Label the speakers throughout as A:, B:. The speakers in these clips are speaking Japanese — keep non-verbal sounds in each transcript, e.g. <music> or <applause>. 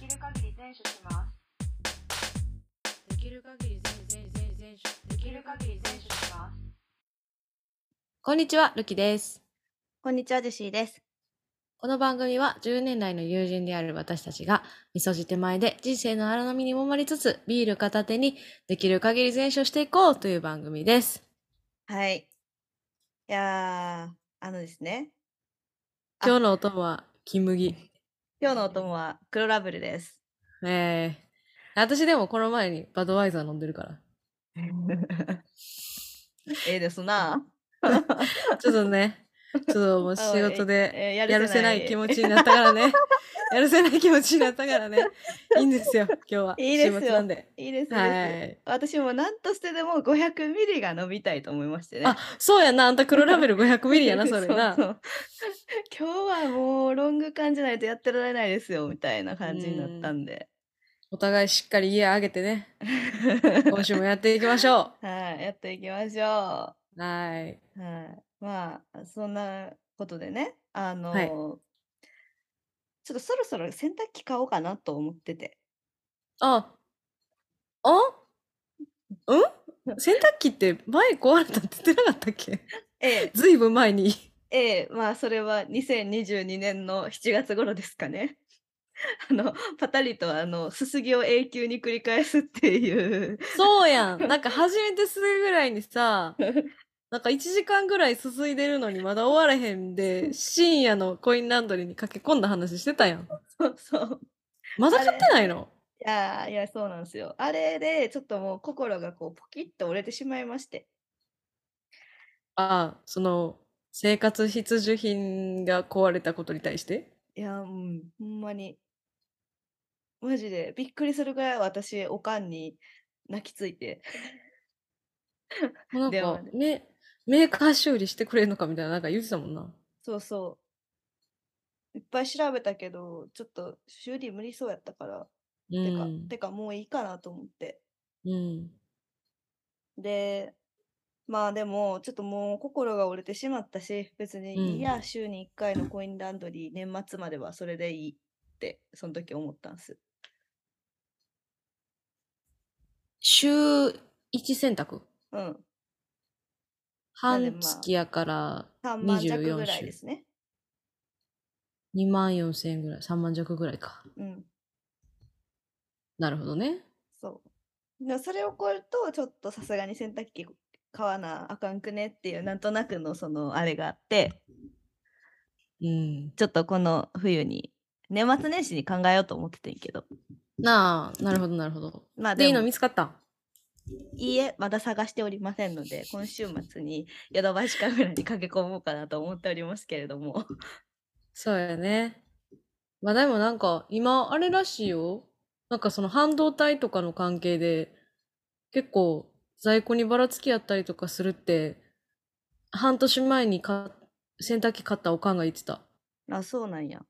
A: 全処します
B: できる限り全全全全
A: で
B: で
A: きる限り全処します
B: こんにちは、ルキです。
C: こんにちは、ジェシーです。
B: この番組は10年来の友人である私たちが、味噌汁手前で人生の荒波に揉まれつつ、ビール片手にできる限り全勝していこうという番組です。
C: はい。いやー、あのですね、あ
B: 今日のお供は金麦。
C: 今日のお供は黒ラブルです。
B: ええ私でもこの前にバドワイザー飲んでるから。
C: ええですな。
B: ちょっとね、ちょっともう仕事で
C: えー
B: やるせない気持ちに
C: な
B: なったから
C: <laughs>
B: ね。やるせない気持ちになったからね。いいんですよ、今日は。
C: いいですよ
B: 週末なんで。
C: いいです
B: は
C: ね。
B: い。
C: 私も何としてでも500ミリが飲みたいと思いましてね。
B: あ、そうやな。あんた黒ラベル500ミリやな、それ
C: う <laughs>
B: な。
C: う今日はもうロング缶じゃないとやってられないですよ、みたいな感じになったんで。
B: お互いしっかり家上げてね、今週もやっていきましょ
C: <laughs> はい、やっていきましょう。
B: う。はい。
C: はい、まあそんなことでねあの、
B: い
C: ちょっとそろそろ洗濯機買おうかなと思ってて
B: あ、あうん洗濯機って前壊れたって言ってなかったっけ
C: ええ
B: ずいぶん前に。
C: <laughs> ええまあそれは2022年の7月頃ですかね <laughs> あのパタリとあのすすぎを永久に繰り返すっていう <laughs>
B: そうやん。なんか初めてすぐぐらいにさ、なんか1時間ぐらいすすいでるのにまだ終われへん
C: <laughs>
B: で、深夜のコインランドリーに駆け込んだ話してたやん。
C: そうそう
B: まだ買ってないの
C: いやーいやそうなんですよあれでちょっともう心がこうポキッと折れてしまいまして
B: ああ、その、生活必需品が壊れたことに対して
C: いや、うん、ほんまに。マジで、びっくりするぐらい私、おかんに泣きついて。 <laughs>
B: なん
C: で
B: か
C: もね、
B: メメーカー修理してくれるのかみたいな、なんか言ってたもんな。
C: そうそう。いっぱい調べたけど、ちょっと修理無理そうやったから、
B: う
C: てか
B: ん、。
C: てかもういいかなと思って。
B: うん。
C: で、まあでも、ちょっともう心が折れてしまったし、別にいいや、
B: うん
C: 週に1回のコインランドリー、年末まではそれでいいって、その時思ったんです。
B: 週1選択。
C: うん。なんで
B: 半
C: まあ
B: 月やから
C: 3万弱
B: 24
C: ぐらい
B: 週
C: ですね。
B: 2万4千円ぐらい、3万弱ぐらいか。
C: うん。
B: なるほどね。
C: そう。でそれを超えると、ちょっとさすがに洗濯機買わなあかんくねっていう、なんとなくのそのあれがあって、
B: うん。
C: ちょっとこの冬に、年末年始に考えようと思っててんけど。
B: なあ、なるほど、なるほど。
C: まあ
B: で、い
C: で
B: いの
C: も、い
B: 見つかった
C: いえ、まだ探しておりませんので、今週末にヨドバシカメラに駆け込もうかなと思っておりますけれども。
B: そうやね。まあでもなんか、今、あれらしいよ。なんかその半導体とかの関係で、結構在庫にばらつきやったりとかするって、半年前にか洗濯機買ったおかんが言ってた。
C: あ、そうなんや。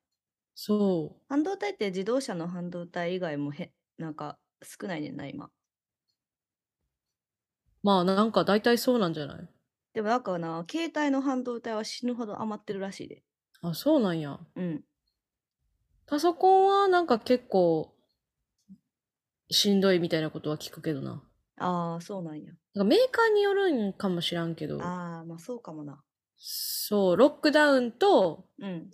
B: そう。
C: 半導体って自動車の半導体以外もへ、なんか少ないねんな、今。
B: まあなんか大体そうなんじゃない
C: でもなんかな、携帯の半導体は死ぬほど余ってるらしいで。
B: あ、そうなんや。
C: うん。
B: パソコンはなんか結構しんどいみたいなことは聞くけどな。
C: ああ、そうなんや。
B: なんかメーカーによるんかもしらんけど、
C: ああ、まあそうかもな。
B: そう、ロックダウンと、
C: うん。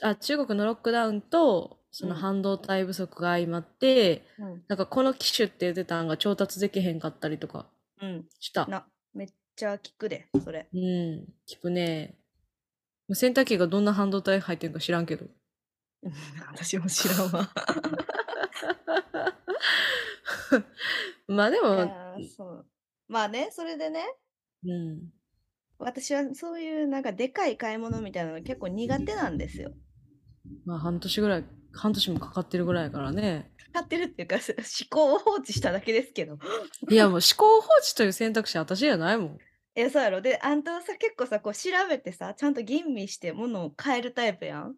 B: あ、中国のロックダウンと、その
C: うん
B: 半導体不足が相まって、
C: うん。
B: なんかこの機種って言ってたんが調達できへんかったりとか
C: うん。
B: した。
C: な、めっちゃ聞くで、それ。
B: うん、聞くね。もう洗濯機がどんな半導体入ってんか知らんけど。
C: <laughs> 私も知らんわ。
B: まあで
C: い
B: も、
C: やーそう。まあね、それでね、
B: うん。
C: 私はそういうなんかでかい買い物みたいなの結構苦手なんですよ。
B: まあ半年ぐらい、半年もかかってるぐらいやからね。
C: 買ってるっていうか、 <laughs> 思考を放置しただけですけど。 <laughs>
B: いやもう思考放置という選択肢私じゃないもん。
C: え、そうやろ。で、あんたはさ、結構さ、こう調べてさ、ちゃんと吟味して物を変えるタイプやん。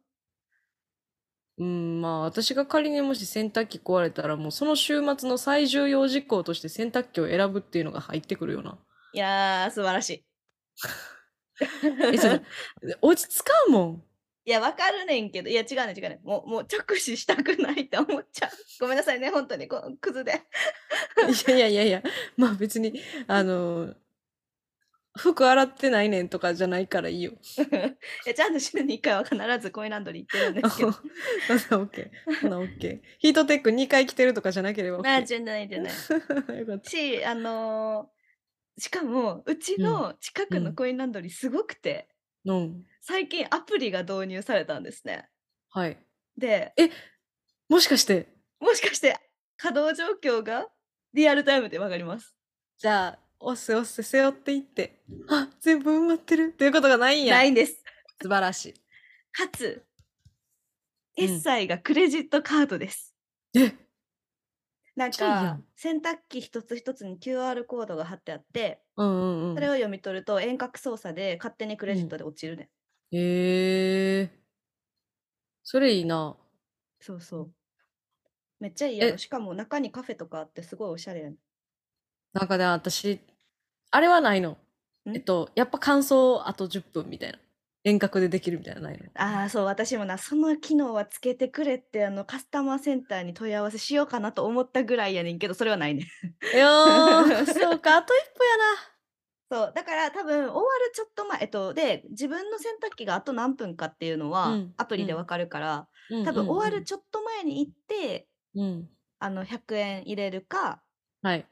B: うん、まあ私が仮にもし洗濯機壊れたらもうその週末の最重要事項として洗濯機を選ぶっていうのが入ってくるよな。
C: い <laughs> やー、素晴らしい。
B: <laughs> え、それ、落ち着かんもん。
C: いや、わかるねんけど、いや、違うね、違うね。もう、もう直視したくないって思っちゃう。 <laughs> ごめんなさいね、本当に、こう、クズで。
B: いやいやいやいや、まあ別に、あの、服洗ってないねんとかじゃないから <laughs> いいよ。
C: いや、ちゃんと週に1回は必ずコインランドリー行ってるんです
B: <laughs>
C: け
B: ほ
C: ど
B: な。オッケー。ほなオッケー。ヒートテック2回着てるとかじゃなければ OK。
C: まあ、じゃないじゃない。
B: <laughs> よかった。
C: し、あのーしかも、うちの近く
B: う
C: の
B: ん
C: コインランドリーすごくて、
B: うん。
C: 最近アプリが導入されたんですね。
B: はい。
C: で、
B: もしかして、
C: もしかして、稼働状況がリアルタイムでわかります。
B: じゃあ、おっせおっせ背負っていって、あ全部埋まってるっていうことがないんや。
C: ないんです。
B: 素晴らしい。
C: かつ、
B: うん
C: 決済がクレジットカードです。
B: え
C: なん
B: じゃあいいや
C: か
B: ん
C: 洗濯機一つ一つに QR コードが貼ってあって
B: うんうんう
C: それ
B: ん。
C: を読み取ると遠隔操作で勝手にクレジットで落ちるね、
B: へえ。それいいな。
C: そうそうめっちゃいいやろ
B: え
C: しかも中にカフェとかあってすごいおしゃれやね
B: なんかね、私、あれはないの。
C: ん
B: えっと、やっぱ感想あと10分みたいな。遠隔でできるみたいなのないの。
C: ああそう私もなその機能はつけてくれってあのカスタマーセンターに問い合わせしようかなと思ったぐらいやねんけどそれはないね <laughs>
B: いやー、そうか、あと一歩や
C: そうだから多分終わるちょっと前えっとで自分の洗濯機があと何分かっていうのは、
B: うん
C: アプリで
B: うん
C: わかるから、
B: な。
C: 多分終わる
B: ち
C: ちょっと前に行って
B: ょ、うん。
C: あの100円入れるか
B: はい。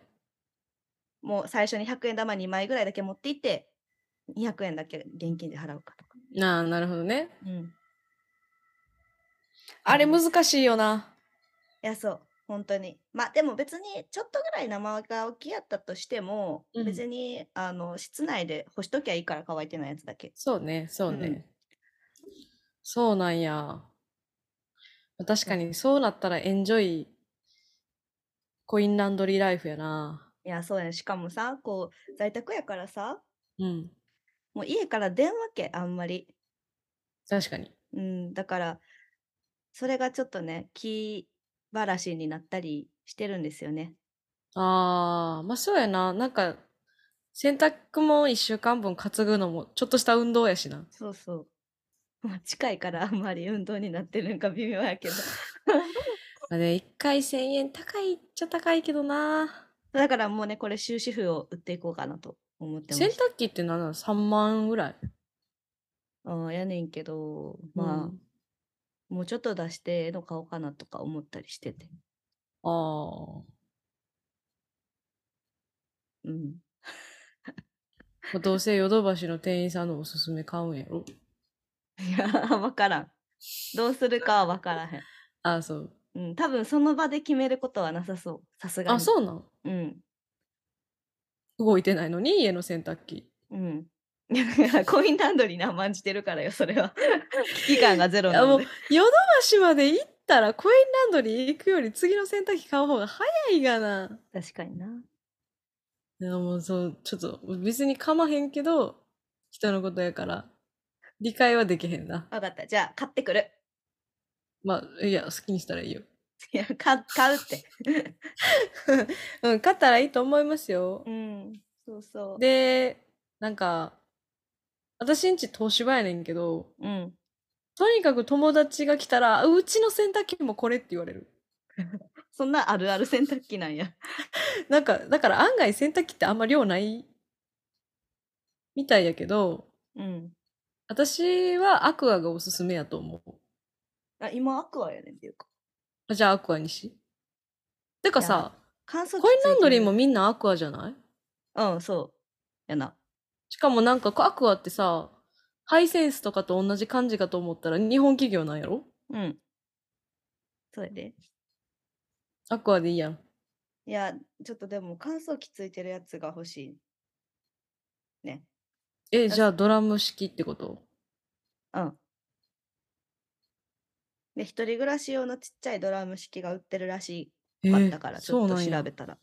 C: もう最初に100円玉2枚ぐらいだけ持っていって、200円だけ現金で払うかとか。
B: なあ、なるほどね。
C: うん。い
B: あれ難しいよな。
C: や、そう。本当に。まあでも別にちょっとぐらい生乾きやったとしても、
B: うん
C: 別にあの室内で干しときゃいいから乾いてないやつだけ。
B: そうね、そうね。
C: うん
B: そうなんや。確かに、そうなったらエンジョイ、コインランドリーライフやな。
C: いや、そうやね。しかもさ、こう在宅やからさ、
B: うん。
C: もう家から電話け、あんまり。
B: 確かに。
C: うん。だから、それがちょっとね、気晴らしになったりしてるんですよね。
B: ああ、まあそうやな。なんか、洗濯も一週間分担ぐのも、ちょっとした運動やしな。
C: そう <laughs> そう。まあ、近いからあんまり運動になってるんか微妙やけど。 <laughs>
B: まあね、一回千円高いっちゃ高いけどな。
C: だからもうね、これ終止符を打っていこうかなと思ってま
B: 洗
C: す。
B: 濯機って何なの ?3 万ぐらい。
C: うん、やねんけど、まあ、
B: うん
C: もうちょっと出しての買おうかなとか思ったりしてて。
B: ああ。
C: うん。 <laughs>
B: まあどうせヨドバシの店員さんのおすすめ買うんやろ
C: いや、わからん。どうするかはわからへん。
B: ああ、そう。
C: うん、多分その場で決めることはなさそう。さすがに。
B: あ、そうなん
C: うん。
B: 動いてないのに家の洗濯機。
C: うん。 <laughs> いやコインランドリーな甘んじてるからよ、それは。 <laughs> 危機感がゼロ
B: い
C: な
B: やも
C: の
B: う
C: で。、
B: ヨドバシまで行ったらコインランドリー行くより次の洗濯機買う方が早いがな。
C: 確かにな。
B: いやもうそう、ちょっと別にかまへんけど、人のことやから、理解はできへんな。
C: わかった。じゃあ、買ってくる。 <laughs>
B: まあ、いや、好きにしたらいいよ。
C: いや、買買うって。
B: うん、買ったらいいと思いますよ
C: う。ん、そうそう。
B: で、なんか、私んち東芝やねんけど、
C: うん。
B: とにかく友達が来たら、うちの洗濯機もこれって言われる。
C: そんなあるある洗濯機なんや。
B: なんか、だから案外洗濯機ってあんま量ないみたいやけど、
C: うん。
B: 私はアクアがおすすめやと思う。
C: あ、今アクアやねんっていうか。
B: あじゃあアクアにし。てか
C: いや
B: さ、
C: 乾燥機
B: コインランドリーも
C: つい
B: みんなアクアじゃない
C: てる。うん、そう。やな。
B: しかもなんかアクアってさ、ハイセンスとかと同じ感じかと思ったら日本企業なんやろ
C: うん。それで。
B: アクアでいいやん。
C: いや、ちょっとでも乾燥機ついてるやつが欲しい。
B: え、
C: よし
B: じゃあドラム式ってこと
C: うん。で、一人暮らし用のちっちゃいドラム式が売ってるらし
B: え
C: かったから、ちょっと
B: そうなん
C: 調
B: や
C: べたら。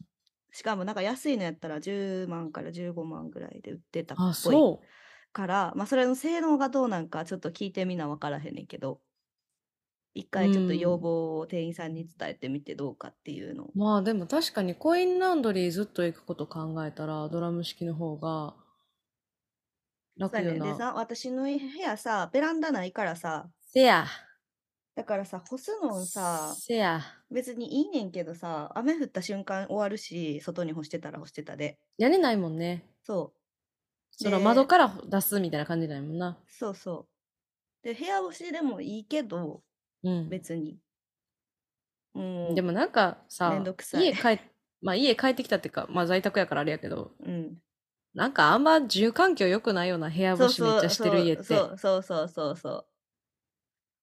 C: しかもなんか安いのやったら10万から15万ぐらいで売ってたっ
B: あ、
C: ぽい
B: そう。
C: から、まあそれの性能がどうなんかちょっと聞いてみなわからへんねんけど、一回ちょっと
B: う
C: 要
B: ん
C: 望を店員さんに伝えてみてどうかっていうのを
B: まあでも確かにコインランドリーずっと行くこと考えたらドラム式の方が楽
C: そうや
B: よ
C: ねんで
B: な。
C: さ私の部屋さベランダないからさ
B: せや。
C: だからさ干すのさ
B: せや。
C: 別にいいねんけどさ雨降った瞬間終わるし外に干してたら干してたで
B: 屋根ないもんね。
C: そ
B: その
C: で
B: 窓から出すみたいな感じないもんな。
C: うそうそうで部屋干しでもいいけど
B: うん。
C: 別にうん
B: でもなんか
C: め
B: さ
C: んどく、さい
B: 家帰っ、 <laughs> まあ家帰ってきたっていうか、まあ在宅やからあれやけど、
C: うん
B: なんかあんま住環境良くないような部屋
C: そ
B: 干
C: う
B: しめっちゃしてる家って。
C: そ
B: わ
C: うそうそうそうそ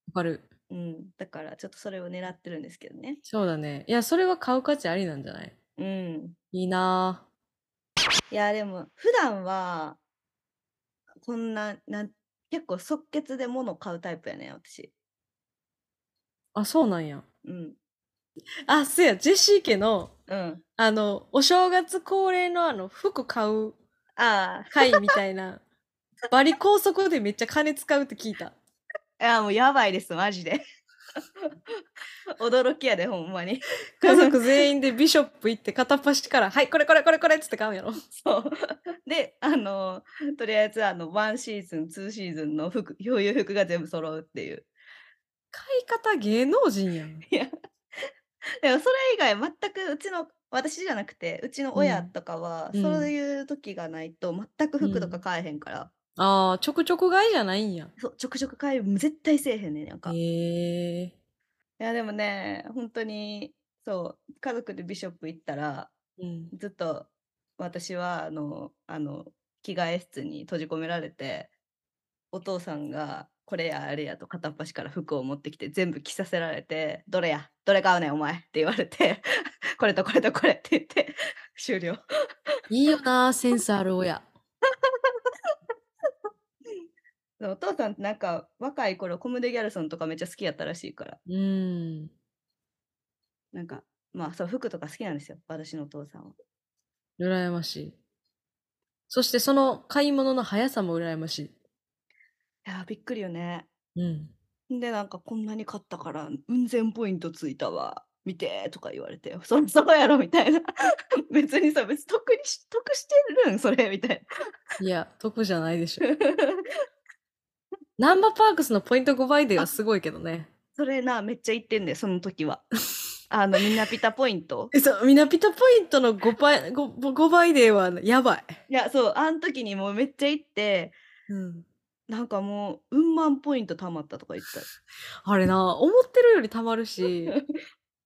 C: う
B: かる。
C: そううんだからちょっとそれを狙ってるんですけどね
B: そうだね。いや、それは買う価値ありなんじゃない
C: うん
B: いいなぁ。
C: いやでも普段はこんななん結構即決で物を買うタイプやね私。
B: あ、そうなんや。
C: うん
B: あ、そうや、ジェシー家の、
C: うん。
B: あの、お正月恒例のあの、服買う
C: あ
B: 会みたい <laughs> な、バリ高速でめっちゃ金使うって聞い <laughs> た。
C: あいやもうやばいですマジで。 <laughs> 驚きやでほんまに。
B: 家族全員でビショップ行って片っ端から、はい、これこれこれこれっつって買うんやろ。
C: そうであのとりあえずあの1シーズン2シーズンの服そういう服が全部揃うっていう。
B: 買い方芸能人やん。
C: でもそれ以外全くうちの私じゃなくてうちの親
B: うん
C: とかは、
B: うん
C: そういう時がないと全く服と
B: う
C: か
B: ん
C: 買えへんから、
B: ああ、ちょくちょく買いじゃないんや。
C: そうちょくちょく買え絶対せえへんねんなんか。
B: へえ
C: いやでもね本当にそう家族でビショップ行ったら
B: うん。
C: ずっと私はあのあの着替え室に閉じ込められてお父さんがこれやあれやと片っ端から服を持ってきて全部着させられて「どれやどれ買うねんお前」って言われて「これとこれとこれ」って言って終了。
B: いいよな、センスある親。
C: お父さんってなんか若い頃コムデ・ギャルソンとかめっちゃ好きやったらしいから
B: うん。
C: なんかまあそう服とか好きなんですよ私のお父さんは。
B: 羨ましい。そしてその買い物の速さも羨まし
C: いやーびっくりよね。
B: い。うん。
C: でなんかこんなに買ったから運善ポイントついたわ見てとか言われてそろそろやろみたいな <laughs> 別にさ別に得にし得してるんそれみたい
B: いや、得じゃないでしょ。 <laughs>
C: な <laughs>
B: ナンバーパークスのポイント5倍ではすごいけどね。
C: それなめっちゃ言ってんねその時は <laughs> あのみんなピタポイント <laughs>
B: え、そう、みなピタポイントの5倍、5, 5倍ではやばい。
C: いやそうあの時にもうめっちゃ言って
B: うん。
C: なんかもううん万ポイント貯まったとか言ってた
B: あれな、思ってるより貯まるし、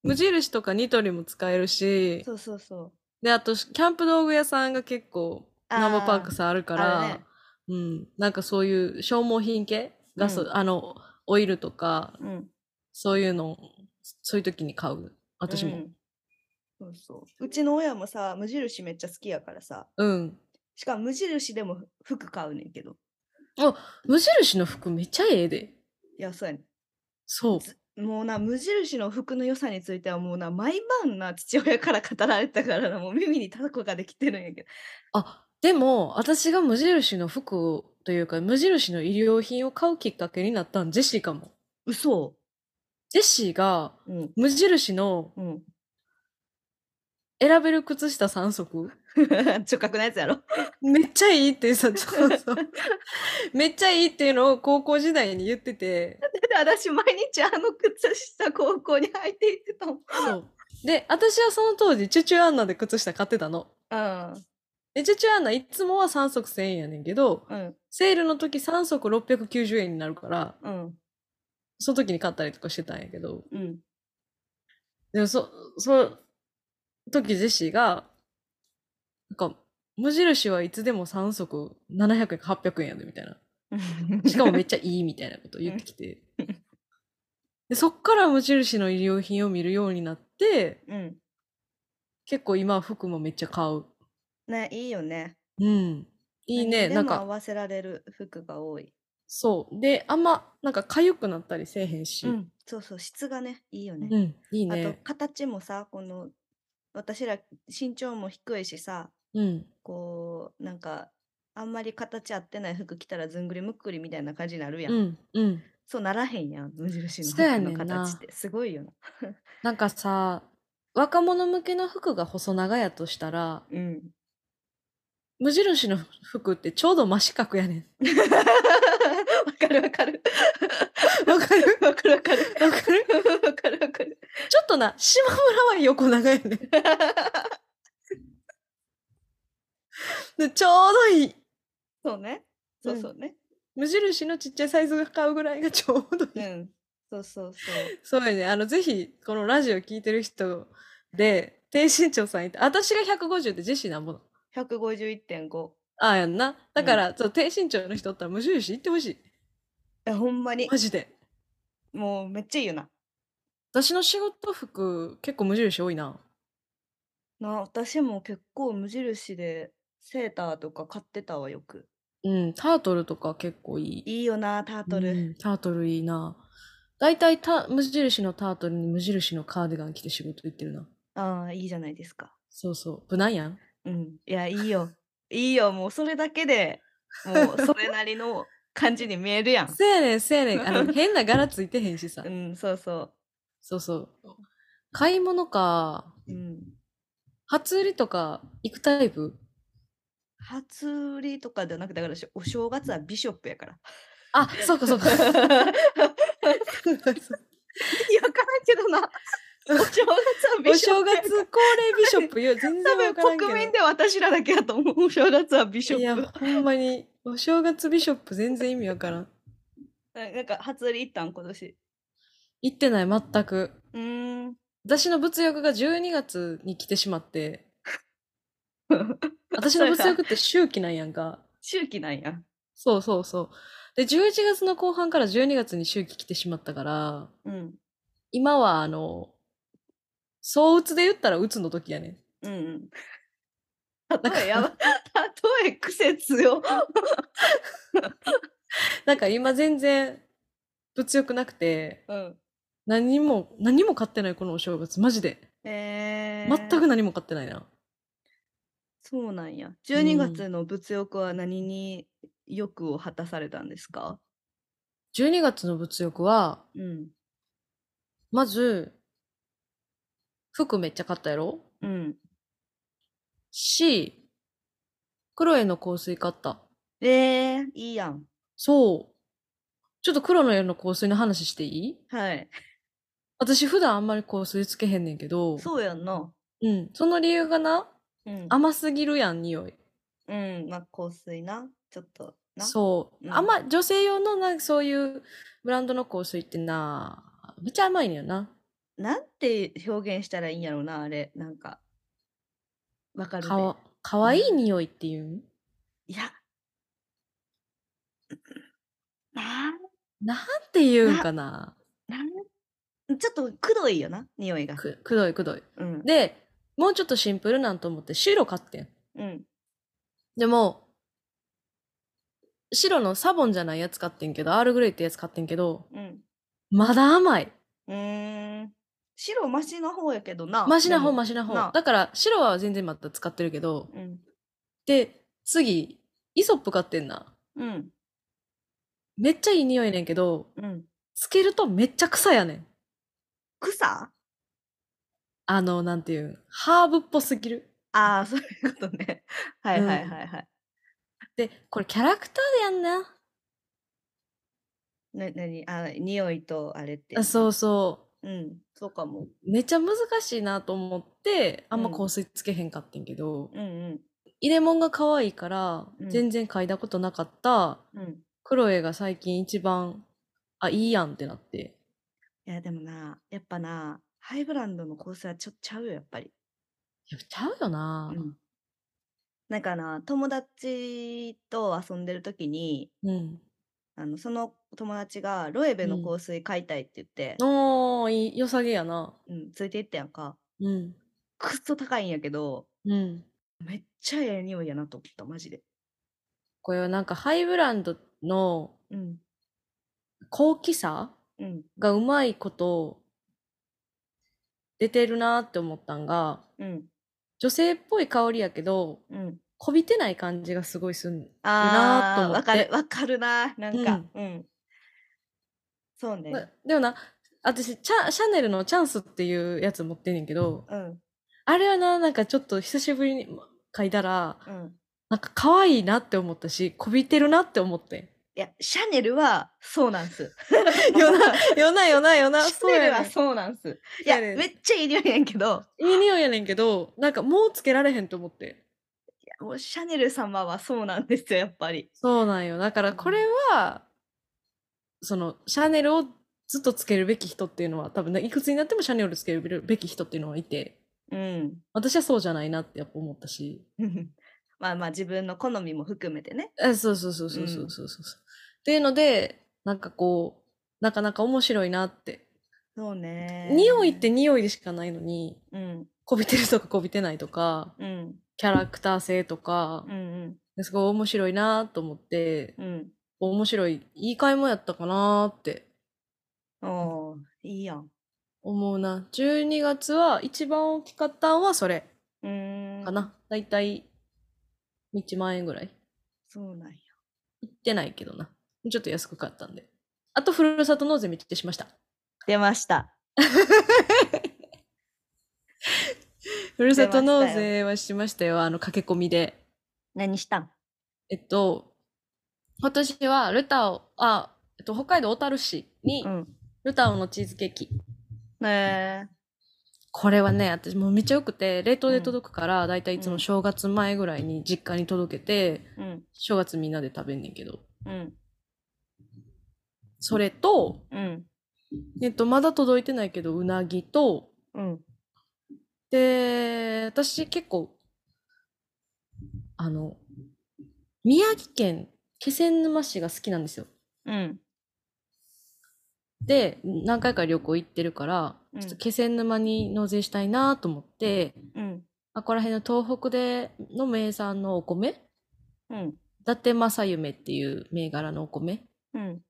B: 無印とかニトリも使えるし、
C: そうそうそう
B: で、あと、キャンプ道具屋さんが結構、
C: あー
B: ナンバーパークさんあるから、
C: あるね
B: うん、なんかそういう消耗品系ガス、
C: うん
B: あの、オイルとか、
C: うん
B: そういうの、そういう時に買う。私も。
C: うんそうそううちの親もさ無印めっちゃ好きやからさ
B: うん。
C: しかも無印でも服買うねんけど
B: 無印の服めっちゃええで。
C: いやそうやねん
B: そう。
C: もうな無印の服の良さについてはもうな毎晩な父親から語られてたからなもう耳にタコができてるんやけど
B: あ、でも、私が無印の服を、というか、無印の衣料品を買うきっかけになったん、ジェシーかも。
C: 嘘
B: ジェシーが、
C: うん
B: 無印の
C: うん <laughs>
B: 選べる靴下3足
C: 直角なやつやろ <laughs>
B: めっちゃいいってさ、そうそう。めっちゃいいっていうのを高校時代に言ってて、
C: で私毎日あの靴下高校に履いていってたもん
B: そう。で、私はその当時、チュチュアンナで靴下買ってたの。で、チュチュアンナいつもは3足1000円やねんけど、
C: うん
B: セールの時3足690円になるから、
C: うん
B: その時に買ったりとかしてたんやけど、
C: うん
B: でもそ、その時ジェシーが、なんか、無印はいつでも3足700円か800円やで、みたいな。
C: うん
B: しかもめっちゃいいみたいなことを言ってきて。でそっから無印の衣料品を見るようになって、
C: うん
B: 結構今は服もめっちゃ買う。
C: ねいいよね
B: うん。いいね。
C: 何に
B: なん
C: でも合
B: か、
C: わせられる服が多い
B: そう。で、あんま、なんか痒くなったりせえへんし。
C: うんそうそう質がねいいよね、
B: うんいい
C: あと
B: ね。
C: 形もさこの私ら身長も低いしさ
B: うん。
C: こうなんかあんまり形合ってない服着たらずんぐりむっくりみたいな感じになるやん、
B: うん。うん。
C: そうならへんやん無印の
B: そうやねん
C: 服の
B: な
C: 形ってすごいよな
B: なんかさ、若者向けの服が細長やとしたら、
C: うん
B: 無印の服ってちょうど真四角やね
C: <laughs> わかるわかる。
B: ん。わかる
C: わかるわかる。
B: わかる
C: <laughs> わかるわかる。
B: ちょっとな、島村は横長やねん。でちょうどいい。
C: そうね。そうそうね。
B: 無印のちっちゃいサイズが買うぐらいがちょうどいい。
C: うん。そうそうそう。
B: そうやね。あの、ぜひ、このラジオ聞いてる人で、低身長さんいて、私が150でジェシーなんぼの。
C: 151.5。
B: ああやんな。だから、そう低身長の人おったら無印行ってほしい。
C: え、ほんまに
B: マ。ジで。
C: もうめっちゃいいよな。
B: 私の仕事服、結構無印多いな。
C: な私も結構無印でセーターとか買ってたわよく。
B: うん、タートルとか結構いい。
C: いいよな、タート
B: う
C: ル。
B: んタートルいいな。大体た無印のタートルに無印のカーディガン着て仕事行ってるな。
C: ああ、いいじゃないですか。
B: そうそう。無難やん。
C: うん。いや、いい
B: <laughs>
C: よ。いいよ、もうそれだけで、もうそれなりの感じに見え
B: <laughs>
C: るやん。
B: せやねん、せやねん。あ <laughs> の、変な柄ついてへんしさ
C: う。ん、そうそ
B: そうそう。買い物か。
C: う。うん。
B: 初売りとか行くタイプ
C: 初売りとかではなくて、だから私お正月はビショップや
B: <laughs>
C: から。
B: あ、そうかそう <laughs> か。
C: いや、わからんけどな。 <laughs> お正月は
B: お
C: ビショッ
B: 正
C: プやから。
B: 月恒例ビショップ。いや、全
C: 多
B: 然わから
C: 分
B: んけど。
C: 国民では私らだけやと思う。お正月はビショ
B: い
C: ッ
B: や、
C: プ。
B: ほんまに。お正月ビショップ全然意味わからん。
C: ななんか初売り行ったん今年。
B: 行ってない、全く。
C: うーん。
B: 私の物欲が12月に来てしま <laughs> って。私の物欲って周期なんやんか。
C: 周期なんや。
B: そうそうそう。で、11月の後半から12月に周期来てしまったから、
C: うん。
B: 今はあの、総打つで言ったら打つの時やねん。
C: うん <laughs> うん。例えやば、例え癖強。
B: なんか今全然物欲なくて、
C: うん。
B: 何も、何も買ってないこのお正月、マジで。
C: えー、
B: 全く何も買ってないな。
C: そうなんや。
B: う
C: 12
B: ん
C: 月の物欲は何に欲を果たされたんですか
B: 12月の物欲は、
C: うん。
B: まず、服めっちゃ買ったやろ
C: うん。
B: し、黒への香水買った。
C: えー、いいやん。
B: そう。ちょっと黒の絵の香水の話していい
C: はい。
B: 私普段あんまり香水つけへんねんけど、
C: そうやんな。
B: うん。その理由がな、
C: うん。
B: 甘すぎるやん、匂い。
C: うん。まあ、香水な。ちょっとな。
B: そう。
C: うん
B: あんま、女性用のなんかそういうブランドの香水ってな、めっちゃ甘いのよな。
C: なんて表現したらいいんやろうな、あれ。なんか。わかる
B: か
C: で
B: わ、かわいい匂いっていうん
C: いや。な
B: なんて言うんか
C: <laughs>
B: な。
C: なんちょっとくどいよな、匂いが。
B: く、くどいくどい。
C: うん。
B: で、もうちょっとシンプルなんと思って白買ってん。
C: うん。
B: でも、白のサボンじゃないやつ買ってんけど、アールグレイってやつ買ってんけど、
C: うん。
B: まだ甘い。
C: うーん。白マシな方やけどな。
B: マシな
C: で
B: 方
C: も
B: マシな方
C: なあ
B: だから白は全然また使ってるけど
C: うん。
B: で次イソップ買ってんな
C: うん。
B: めっちゃいい匂いねんけど
C: うん。
B: つけるとめっちゃ草やねん
C: 草
B: あのなんていうんハーブっぽすぎる
C: ああ、そういうことね。 <laughs> はいはいはいはい。
B: でこれキャラクターでやんな
C: な、なに、あ、匂いとあれって。。
B: あそうそう
C: うん。そうかも。
B: うめっちゃ難しいなと思ってあんま
C: うん
B: 香水つけへんかってんけど、
C: うんうん。
B: 入れ物が可愛いから
C: うん
B: 全然嗅いだことなかった
C: うん。
B: クロエが最近一番あいいやんってなって
C: いや、でもな、やっぱな、ハイブランドの香水はちょっとちゃうよ、やっぱり。
B: やっぱちゃうよな
C: うんなんかな友達と遊んでる時に
B: うん、
C: あのその友達がロエベ
B: う
C: の
B: ん
C: 香水買いたいって言って、
B: おーいい良さげやな
C: うんついていったやんか
B: うん
C: くっそ高いんやけど
B: うん
C: めっちゃええ匂いやなと思ったマジで、
B: これはなんかハイブランドの
C: うん
B: 高貴さ
C: うん、
B: がうまいこと出てるなって思ったんが
C: うん
B: 女性っぽい香りやけど
C: うん
B: こびてない感じがすごいすん
C: あ
B: と
C: ー
B: 思
C: わか
B: って
C: るわかるななんかうん、そうね、
B: までもな私チャシャネルのチャンスっていうやつ持ってんねんけど
C: うん
B: あれはななんかちょっと久しぶりにま嗅いだら
C: うん
B: なんか可愛いなって思ったし、こびてるなって思 <laughs> って
C: いや、シャネルはそうなんす。
B: ん。よ <laughs> な、よな、よな、よ <laughs> な、
C: シャ
B: そう
C: ネル
B: や
C: は
B: ねん。
C: そうなんす。いや、
B: そうやねん
C: めっちゃいい匂いやんけど、
B: いい匂いやねんけど、なんかもうつけられへんと思って。
C: いやもうシャネル様はそうなんですよ、やっぱり。
B: そうなんよ。だからこれは、その、シャネルをずっとつけるべき人っていうのは、多分ね、いくつになってもシャネルをつけるべき人っていうのはいて、
C: うん。 <laughs>
B: 私はそうじゃないなってやっぱ思ったし。
C: まあまあ自分の好みも含めてね。
B: えそうそうそうそうそうそうそう。っていうので、なんかこう、なかなか面白いなって。
C: そうね。
B: 匂いって、匂いでしかないのに、
C: うん、
B: こびてるとかこびてないとか、
C: うん、
B: キャラクター性とか
C: う、ん、
B: すごい面白いなと思って、
C: うん、
B: 面白い、いい買い物やったかなって
C: うん。おーいいやん。
B: 思うな。12月は一番大きかったんはそれ
C: うーん。
B: か。な。だいたい1万円ぐらい。
C: そうなんや。
B: いってないけどな。ちょっと安く買ったんで。あと、ふるさと納税めっちゃしました。
C: 出ました。
B: ふるさと納税はしましたよ。あの、駆け込みで。
C: 何したん
B: えっと、今年はルタオ、あ、えっと、北海道小樽市に
C: うん。
B: ルタオのチーズケーキ。
C: ねえ。
B: これはね、私もうめっちゃよくて、冷凍
C: う
B: で
C: ん
B: 届くから、だいたいいつ
C: う
B: も
C: ん
B: 正月前ぐらいに実家に届けて、
C: うん、
B: 正月みんなで食べんねんけど。
C: うん、
B: それと、
C: うん、
B: えっと、まだ届いてないけど、うなぎと、
C: うん。
B: で、私結構、あの、宮城県気仙沼市が好きなんですよ。
C: うん。
B: で、何回か旅行行ってるから、
C: うん
B: ちょっと気仙沼に納税したいなと思って、
C: うん。
B: あ、ここら辺の東北での名産のお米、伊
C: うん。
B: 達政夢っていう銘柄のお米
C: うん。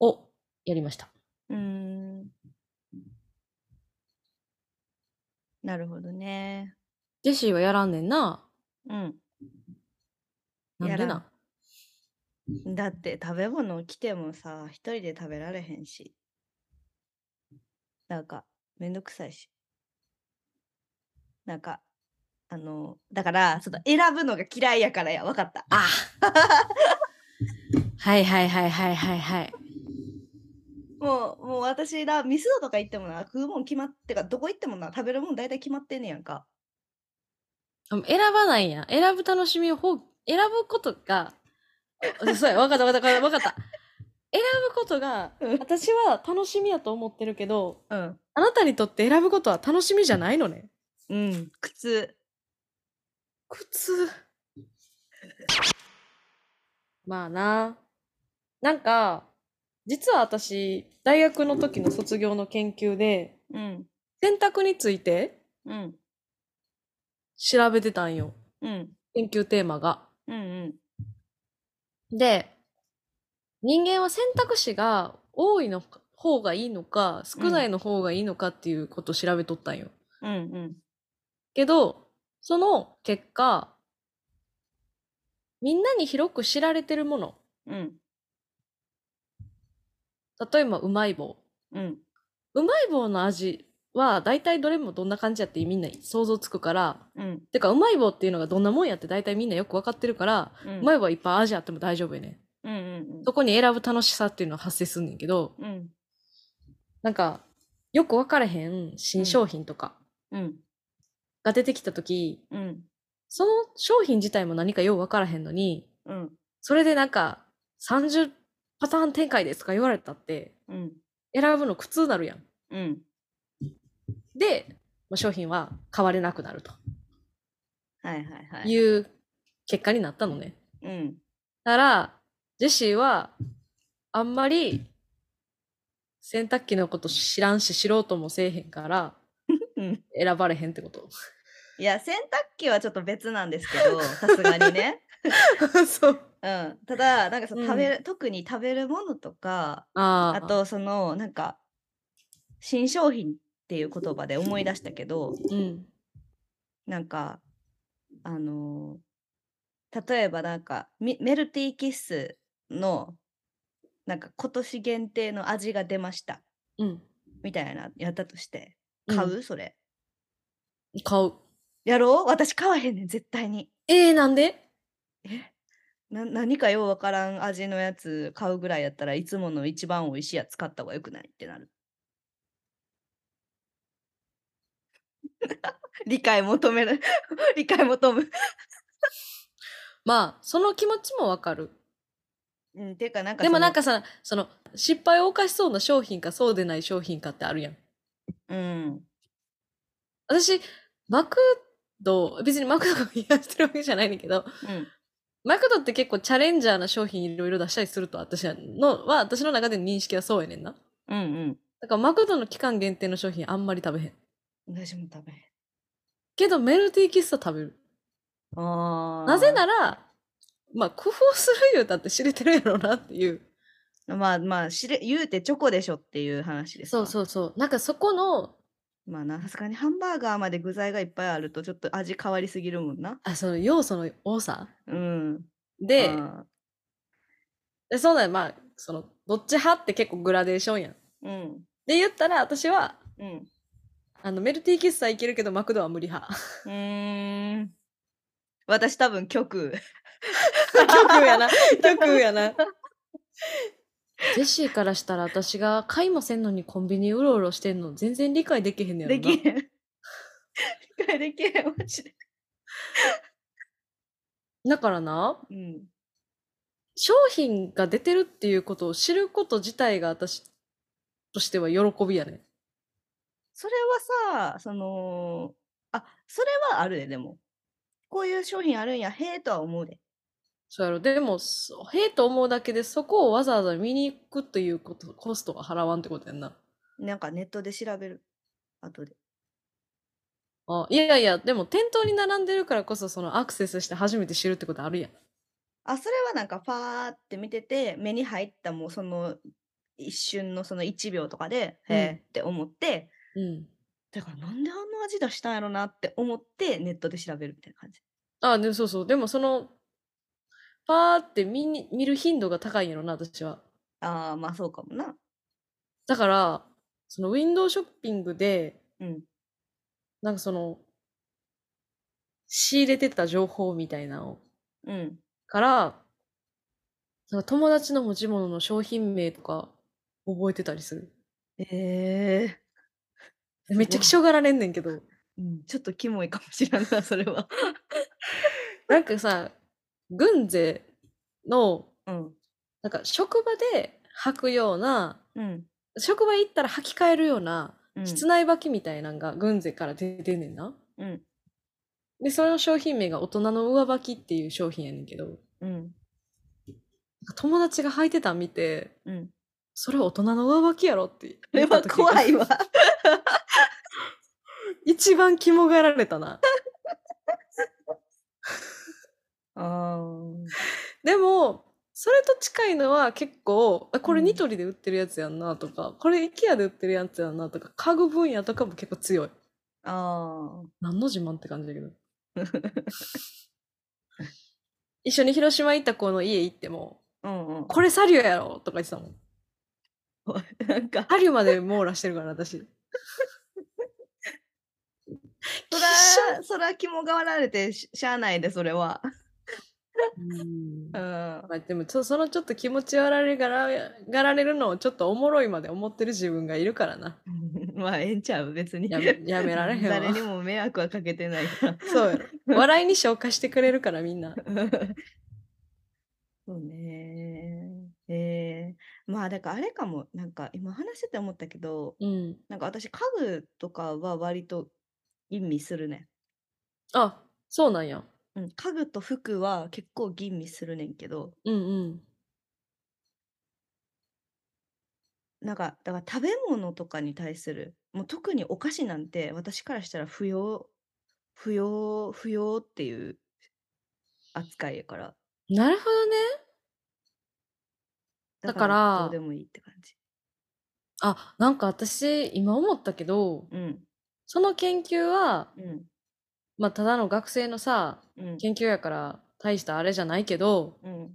B: をやりました。
C: うーん。なるほどね。
B: ジェシーはやらんねんな。
C: うん。
B: なんで
C: やら
B: なん
C: だって食べ物来てもさ、一人で食べられへんし。なんか、めんどくさいし。なんか、あの、だから、その選ぶのが嫌いやからや、わかった。
B: あはいはいはいはいはいはい。
C: もう、もう私ら、ミスドとか行ってもな、食うもん決まってか、どこ行ってもな、食べるもん大体決まってんねやんか。
B: あ選ばないんや選ぶ楽しみをほう選ぶことがあそうや分かった分かった分かった選ぶことが
C: うん
B: 私は楽しみやと思ってるけど
C: うん。
B: あなたにとって選ぶことは楽しみじゃないのね
C: うん。苦痛。
B: 苦痛まあななんか実は私大学の時の卒業の研究で
C: うん。
B: 選択について
C: うん。
B: 調べてたんよ
C: うん。
B: 研究テーマが。
C: うん。うん。
B: で、人間は選択肢が多いのか方がいいのか、少ないの方がいいのかっていうことを調べとったんよ。
C: うんうん
B: けど、その結果、みんなに広く知られてるもの、
C: うん
B: 例えばうまい棒。
C: うん
B: うまい棒の味は大体どれもどんな感じやってみんな想像つくから、
C: うん
B: てかうまい棒っていうのがどんなもんやって大体みんなよくわかってるから、
C: うん
B: うまい棒はいっぱい味あっても大丈夫やねん。
C: うんうん
B: そこに選ぶ楽しさっていうのは発生すんねんけど、
C: うん
B: なんか、よく分からへん新商品とか
C: うん
B: が出てきたとき、
C: うん
B: その商品自体も何かよう分からへんのに、
C: うん
B: それでなんか、30パターン展開ですとか言われたって、
C: うん
B: 選ぶの苦痛なるやん。
C: うん
B: で、まあ商品は買われなくなると
C: はいはいはい
B: いう結果になったのね。
C: うん
B: だから、ジェシーは、あんまり、洗濯機のこと知らんし、知ろうともせえへんから、
C: うん
B: 選ばれへんって
C: <laughs>
B: こと。
C: いや洗濯機はちょっと別なんですけどさすがに
B: <laughs>
C: ね
B: そう。
C: うんただなんかそう
B: うん
C: 食べる特に食べるものとか
B: あ
C: あ
B: ー、
C: とそのなんか新商品っていう言葉で思い出したけど
B: うん。
C: なんかあのー例えばなんかミメルティーキッスのなんか今年限定の味が出ました
B: うん。
C: みたいなやったとして買う、それ
B: 買う。
C: やろう私買わへんねん絶対に
B: えー、なんで
C: な何かようわからん味のやつ買うぐらいやったらいつもの一番美味しいやつ買った方がよくないってなる <laughs> 理解求める <laughs> 理解求む
B: まあ、その気持ちもわかる。
C: うんていうかなんか
B: でもなん
C: か
B: かさ、その、失敗を犯しそうな商品かそうでない商品かってあるやん。
C: うん
B: 私、マクド、別にマクドが批判してるわけじゃないねんだけど、
C: うん
B: マクドって結構チャレンジャーな商品いろいろ出したりすると私はのは私の中での認識はそうやねんな。
C: うん
B: だからマクドの期間限定の商品あんまり食べへん。
C: うん私も食べへん
B: けどメルティーキッスは食べる。
C: あ
B: なぜな
C: ら
B: ら、まあ工夫する言うたって知れてるやろうなっていう。
C: まあまあ知れ言うてチョコでしょっていう話です
B: そう
C: う
B: そうそう。なんかそこの、
C: まあなさすがにハンバーガーまで具材がいっぱいあるとちょっと味変わりすぎるもんな
B: あ、その要素の多さ
C: うん
B: で、
C: あ
B: でそうだよ。まあ、その、どっち派って結構グラデーションやん。
C: ーうん
B: で言ったら私は、
C: うん
B: あの、メルティーキッスはいけるけどマクドは無理派。
C: うーん。私多分極。
B: <laughs> 極やな極やなジェシーからしたら私が買いもせんのにコンビニうろうろしてんの全然理解できへんねやろ
C: で
B: な
C: きへん。理解できへん、マジで。
B: だからな
C: うん。
B: 商品が出てるっていうことを知ること自体が私としては喜びやね
C: それはさ、その、あ、それはあるで、でも。こういう商品あるんや、へえとは思うで。
B: そうやろでもそへえと思うだけでそこをわざわざ見に行くということコストが払わんってことやんな
C: なんかネットで調べる。後で。
B: あいやいやでも店頭に並んでるからこそそのアクセスして初めて知るってことあるやん
C: あ、それはなんか、ファーって見てて、目に入ったもうその、一瞬のその1秒とかで、
B: うん
C: へえって思って、
B: うん
C: だからなんであんな味出したんやろなって思って、ネットで調べるみたいな感じ。
B: あ、でもそうそう。でもその、パーって見に見る頻度が高いんやろな、私は。
C: ああ、まあそうかもな。
B: だから、そのウィンドウショッピングで、
C: うん。
B: なんかその、仕入れてた情報みたいなの
C: うん。
B: から、なんか友達の持ち物の商品名とか覚えてたりする。
C: ええ
B: めっちゃ気性がられんねんけど。
C: うん、ちょっとキモいかもしれんないそれは。
B: なんかさ、軍勢の、
C: うん。
B: なんか職場で履くような、
C: うん。
B: 職場行ったら履き替えるような
C: うん
B: 室内履きみたいなんが軍勢から出てんねんな。
C: うん。
B: で、その商品名が大人の上履きっていう商品やねんけど、
C: うん。
B: 友達が履いてたん見て、
C: うん。
B: それ大人の上履きやろって
C: こ
B: 言
C: れ
B: った
C: は <laughs>
B: 時。
C: 怖いわ。
B: <laughs> 一番肝がられたな。
C: あー
B: でも、それと近いのは結構、あこれ
C: うん
B: ニトリで売ってるやつやんなとか、これ IKEA で売ってるやつやんなとか、家具分野とかも結構強い。
C: あ
B: 何の自慢って感じだけ
C: <laughs>
B: ど。一緒に広島行った子の家行っても、
C: ー。うんうん。
B: これサリューやろとか言ってたもん。
C: なんか、
B: サリューまで網羅してるから、私。
C: そら、そら肝がられてししゃあないで、それは。
B: うん
C: うん。
B: まあ、でもちょ、そのちょっと気持ち悪いがらがられるのをちょっとおもろいまで思ってる自分がいるからな。
C: <laughs> まあ、ええんちゃう、別に。
B: やめ <laughs> やめられへんわ
C: 誰にも迷惑はかけてない <laughs> から。
B: そうやろ。 <laughs> 笑いに消化してくれるから、みんな。
C: そうね。えー、まあだからあれかもなんか今話してて思ったけど
B: うん。
C: なんか私家具とかは割と吟味するね、
B: あ、そうなんや。
C: うん、家具と服は結構吟味するねんけど
B: うんうん。
C: なんかだから食べ物とかに対するもう特にお菓子なんて私からしたら不要不要不要っていう扱いやから
B: なるほどね。だから
C: どうでもいいって感じ
B: あ、なんか私、今思ったけど、
C: うん
B: その研究は、
C: うん
B: まあ、ただの学生のさ、
C: うん
B: 研究やから大したあれじゃないけど、
C: うん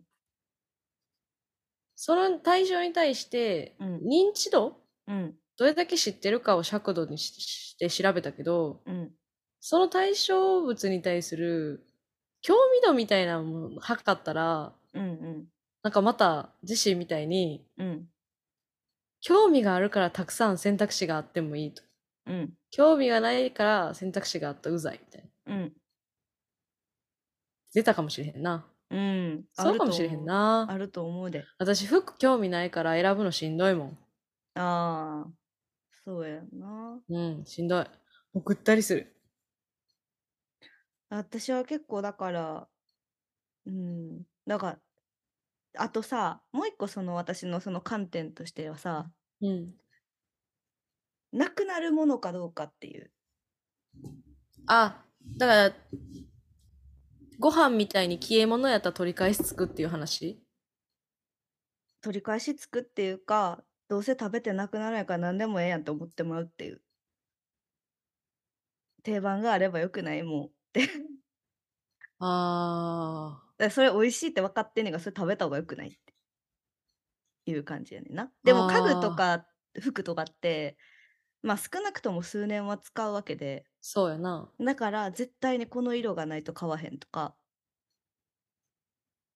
B: その対象に対して、
C: うん
B: 認知度
C: うん
B: どれだけ知ってるかを尺度にしして調べたけど、
C: うん
B: その対象物に対する興味度みたいなのも測ったら、
C: うん
B: なんかまた自身みたいに、
C: うんうん
B: 興味があるからたくさん選択肢があってもいいと。
C: うん
B: 興味がないから選択肢があったらうざいみたいな。
C: うん
B: 出たかもしれへんな。
C: うん
B: そうかもしれへん
C: あ
B: な。
C: ると思うで
B: 私服興味ないから選ぶのしんどいもん。
C: ああそうやな
B: うん、しんどい。もうぐったりする。
C: 私は結構だからうんなんかあとさもう一個その私のその観点としてはさ
B: うん。
C: なくなるものかどうかっていう
B: あ、だから、ご飯みたいに消え物やったら取り返しつくっていう話
C: 取り返しつくっていうかどうせ食べてなくならないから何でもええやんと思ってもらうっていう定番があればよくないもうって
B: あー。
C: だそれ美味しいって分かってんねんがそれ食べた方がよくないっていう感じやねんなでも家具
B: あ
C: と
B: ー
C: か服とかってまあ少なくとも数年は使うわけで
B: そうやな。
C: だから絶対にこの色がないと買わへんとか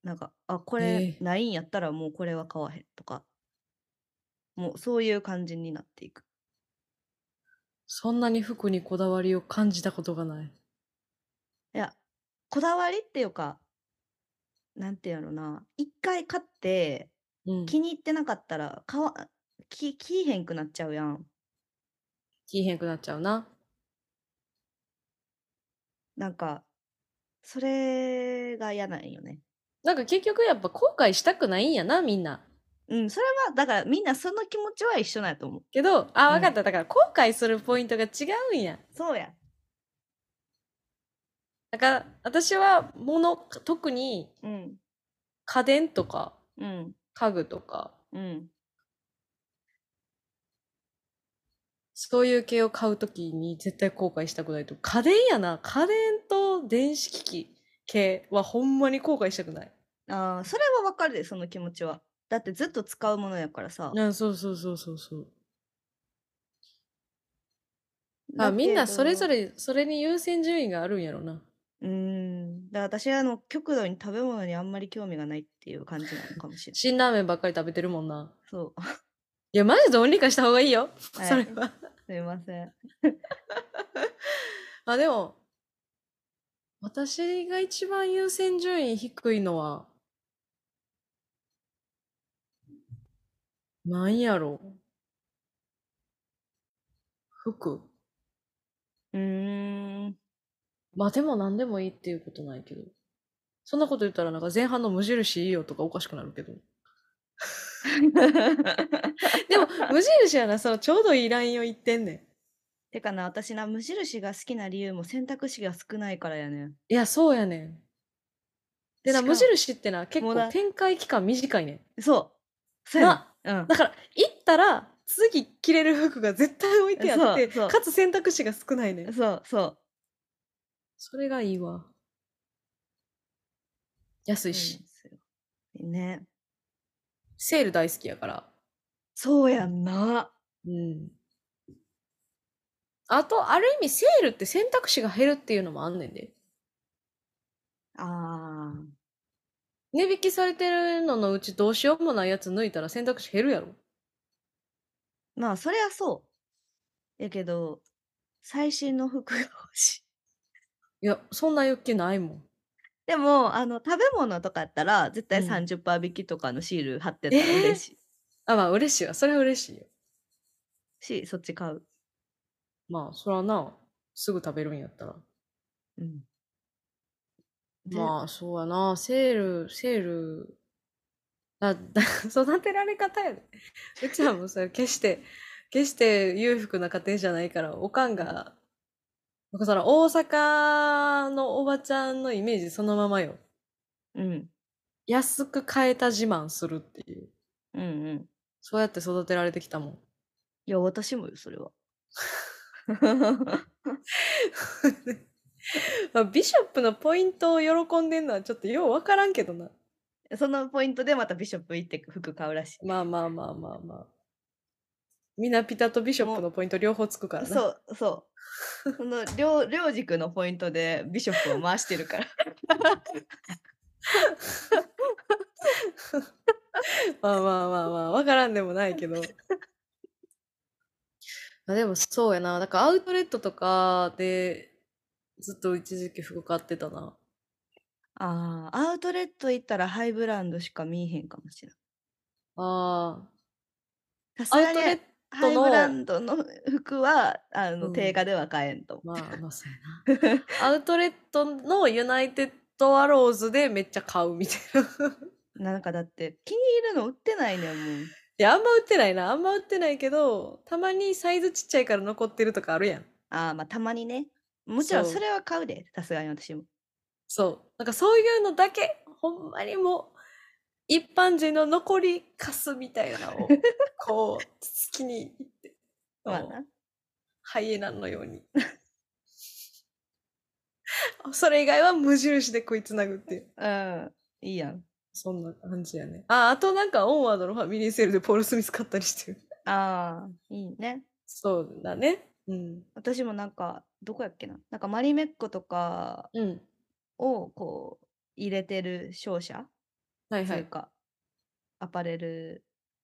C: なんかあこれ
B: ええ
C: ないんやったらもうこれは買わへんとか、もうそういう感じになっていく
B: そんなに服にこだわりを感じたことがない。
C: いやこだわりっていうかなんていうのな一回買って
B: うん。
C: 気
B: 消
C: に入ってなかったら買わき着いへんくなっちゃうやん
B: えへんくなっちゃうな。
C: なんかそれが嫌なんよね
B: なんか結局やっぱ後悔したくないんやな、みんな。
C: うんそれはだからみんなその気持ちは一緒なんやと思う
B: けど、あ、
C: うん
B: わかった。だから後悔するポイントが違うんや。
C: そうや
B: だから私は物、特に
C: うん
B: 家電とか
C: うん
B: 家具とか、
C: うん
B: そういう系を買うときに絶対後悔したくないと。家電やな。家電と電子機器系はほんまに後悔したくない。
C: あーそれはわかるでその気持ちはだってずっと使うものやからさ
B: うん、そうそうそうそうそう。あ
C: だ
B: みんな
C: け
B: それぞ
C: ど
B: れ、それに優先順位があるんやろな。
C: うーんだから私はあの極度に食べ物にあんまり興味がないっていう感じなのかもしれない
B: 辛ラーメンばっかり食べてるもんな。
C: そう <laughs>
B: いや、マジどうにかした方がいいよ。
C: はい
B: それは。
C: すいません
B: あ、でも、私が一番優先順位低いのは、なんやろう。服
C: うー
B: <laughs>
C: ん
B: まあでも何でもいいっていうことないけど。そんなこと言ったらなんか前半の無印いいよとかおかしくなるけど。でも <laughs> 無印やな、そのちょうどいいラインを言ってんねん。
C: てかな私な無印が好きな理由も選択肢が少ないからやねん
B: いや、そうやねん。でな、
C: しか
B: 無印ってな、結
C: もう
B: 構
C: な
B: 展開期間短いねん。
C: そうそうやねんうん
B: だから行ったら次着れる服が絶対置いてあって
C: そうそう
B: かつ選択肢が少ないねん
C: そうそう
B: それがいいわ安い
C: そう
B: し、
C: なんですよね
B: セール大好きやから
C: そうやんな
B: うんあとある意味セールって選択肢が減るっていうのもあんねんで
C: あー
B: 値引きされてるののうちどうしようもないやつ抜いたら選択肢減るやろ
C: まあそりゃそうやけど最新の服が欲しい
B: いやそんな欲求ないもん
C: でもあの食べ物とかやったら絶対
B: うん
C: 30%引きとかのシール貼ってたら嬉しい
B: あまあ嬉しいわそれは嬉しいよ
C: し、そっち買う、
B: まあそらなすぐ食べるんやったら
C: うんで
B: まあそうやなセールセールあだ <laughs> 育てられ方やで、うちはもうそれ決して決して裕福な家庭じゃないからおかんがなんかその大阪のおばちゃんのイメージそのままよ
C: うん
B: 安く買えた自慢するっていう
C: うんうん
B: そうやって育てられてきたもん
C: いや私もよそれ <laughs> は
B: まあビショップのポイントを喜んでんのはちょっとようわからんけどな
C: そのポイントでまたビショップ行って服買うらしい
B: まあまあまあまあまあ。みなピタとビショップのポイント両方つくからな。
C: そうそう。その両両軸のポイントでビショップを回してるから。
B: まあまあまあまあ、わからんでもないけ <laughs> ど。あでもそうやな。だからアウトレットとかでずっと一時期服買ってたな。
C: <laughs> ああ、アウトレット行ったらハイブランドしか見えへんかもしれ
B: あ
C: ない。
B: あ。ア
C: さす
B: ウ
C: が
B: ト
C: に
B: レッ
C: ハイ
B: の
C: ブランドの服はあの、
B: うん
C: 定価では買えんと思う。
B: まあ、まあ、そうやな。アウトレットのユナイテッドアローズでめっちゃ買うみたい <laughs> な。
C: なんかだって気に入るの売ってないねんもう。
B: いや、あんま売ってないな。あんま売ってないけど、たまにサイズちっちゃいから残ってるとかあるやん。
C: ああまあたまにね。もちろん
B: そう
C: それは買うで、さすがに私も。
B: そう。なんかそういうのだけ、ほんまにもう、一般人の残りカスみたいな
C: <laughs>
B: のを、こう、好きにいって、
C: まあ
B: もう
C: な。
B: ハイエナのように。 <laughs> それ以外は無印で食いつなぐっていう。
C: うん、いいやん。
B: そんな感じやね。あ、あとなんかオンワードのファミリーセールでポール・スミス買ったりしてる。
C: ああ、いいね。
B: そうだね。うん。
C: 私もなんか、どこやっけな。なんかマリメッコとか
B: うん。
C: をこう、入れてる商社
B: はい
C: と
B: は
C: いう
B: い。
C: か、アパレル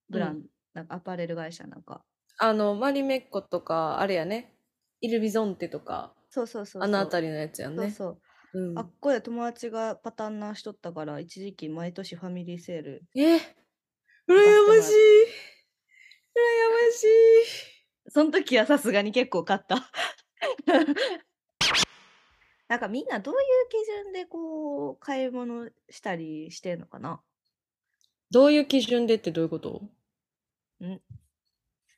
C: ブラン
B: う
C: ド、なんかアパレル会社なんか。
B: あの、マリメッコとか、あれやね。イルビゾンテとか、
C: そうそうそうそう。
B: あのあたりのやつやん
C: そう
B: ね。
C: そう。
B: うん
C: あっこで友達がパターンなしとったから、一時期毎年ファミリーセール。
B: え、うら
C: ら
B: や
C: や
B: ま
C: ま
B: し
C: し
B: い
C: い。
B: うらやましい。
C: その時はさすがに結構買った。 <laughs> なんかみんなどういう基準でこう買い物したりしてんのかな
B: どういう基準でってどういうこと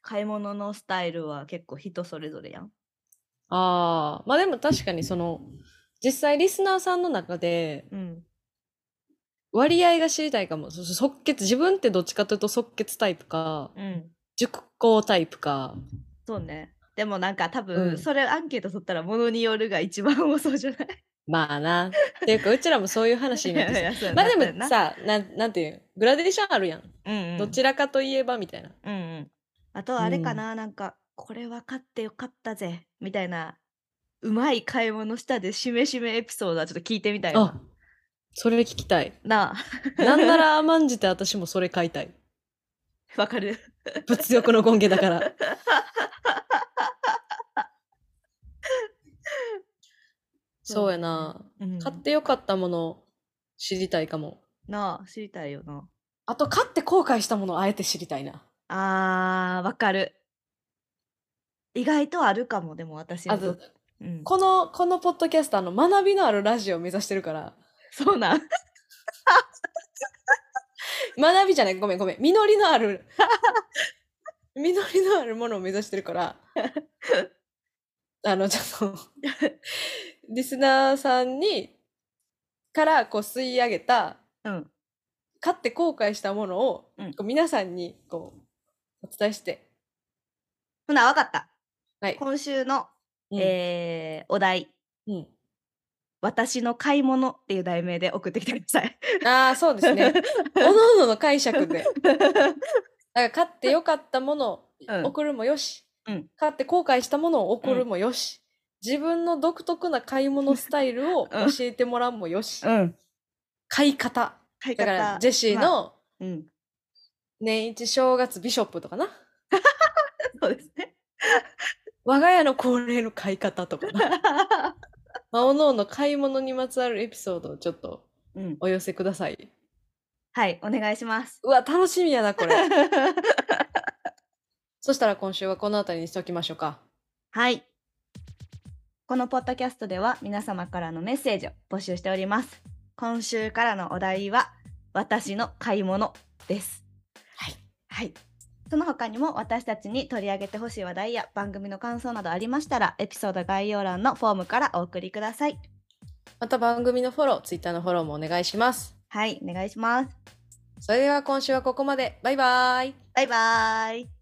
C: 買い物のスタイルは結構人それぞれやん。
B: ああ、まあでも確かにその、実際リスナーさんの中で
C: うん。
B: 割合が知りたいかも。そそ即決、自分ってどっちかというと即決タイプか、
C: うん。
B: 熟考タイプか。
C: そうね。でもなんか多
B: う
C: 分
B: ん
C: それアンケート取ったらものによるが一番多そうじゃない
B: まあな。っていうか、うちらもそういう話に
C: <laughs>
B: なってきた
C: そうや
B: ま
C: な
B: あ
C: そうや
B: でも
C: な
B: さ、なん、なんていう、グラデーションあるやん。
C: うんうん
B: どちらかといえばみたいな。
C: うんうん。あとあれか
B: うん
C: な、なんか、これは買ってよかったぜ、みたいな、うまい買い物したで、しめしめエピソードはちょっと聞いてみたい
B: あ
C: な。、
B: それ聞きたい。
C: なあ、
B: なんなら甘んじて私もそれ買いたい。
C: <laughs> わかる。
B: 物欲の権限だから。 <laughs> そうやな。
C: うん
B: 買ってよかったもの知りたいかも。
C: なあ、知りたいよな。
B: あと、買って後悔したものをあえて知りたいな。
C: あー、わかる。意外とあるかも、でも私
B: あ
C: にとっ
B: と
C: て、うん、
B: この、このポッドキャスターの学びのあるラジオを目指してるから。
C: そうなん。
B: 学びじゃない、ごめんごめん。実りのある、 <laughs> 実りのあるものを目指してるから。あの、ちょっと、リスナーさんに、から、こう、吸い上げた、
C: うん。
B: 買って後悔したものを、
C: うん
B: こう皆さんにこうお伝えして、
C: ほな、わかった。
B: はい、
C: 今週の、
B: うん
C: えーお題、
B: うん
C: 私の買い物っていう題名で送ってきてください。
B: ああそうですねおのおのの解釈でだから買ってよかったものを
C: <laughs> うん
B: 送るもよし、
C: うん
B: 買って後悔したものを送るもよし、自分の独特な買い物スタイルを教
C: <laughs> うん
B: えてもらうもよし、
C: うん。
B: 買い方
C: 買い
B: だ
C: 方。
B: からジェシー
C: まあ、
B: の
C: うん。
B: 年一正月ビショップとかな
C: そうですね。
B: 我が家の恒例の買い方とか
C: <laughs>
B: なまあおのおの買い物にまつわるエピソードをちょっと
C: うん、
B: お寄せください。
C: はい、お願い
B: <laughs>
C: します。
B: うわ、楽しみやな、これ。 <laughs> そしたら今週はこのあたりにしておきましょうか。
C: はい。このポッドキャストでは皆様からのメッセージを募集しております。今週からのお題は、私の買い物です。
B: はい。
C: はい。その他にも私たちに取り上げてほしい話題や番組の感想などありましたら、エピソード概要欄のフォームからお送りください。
B: また番組のフォロー、ツイッターのフォローもお願いします。
C: はい、お願いします。
B: それでは今週はここまで。バイバイ。
C: バイバーイ。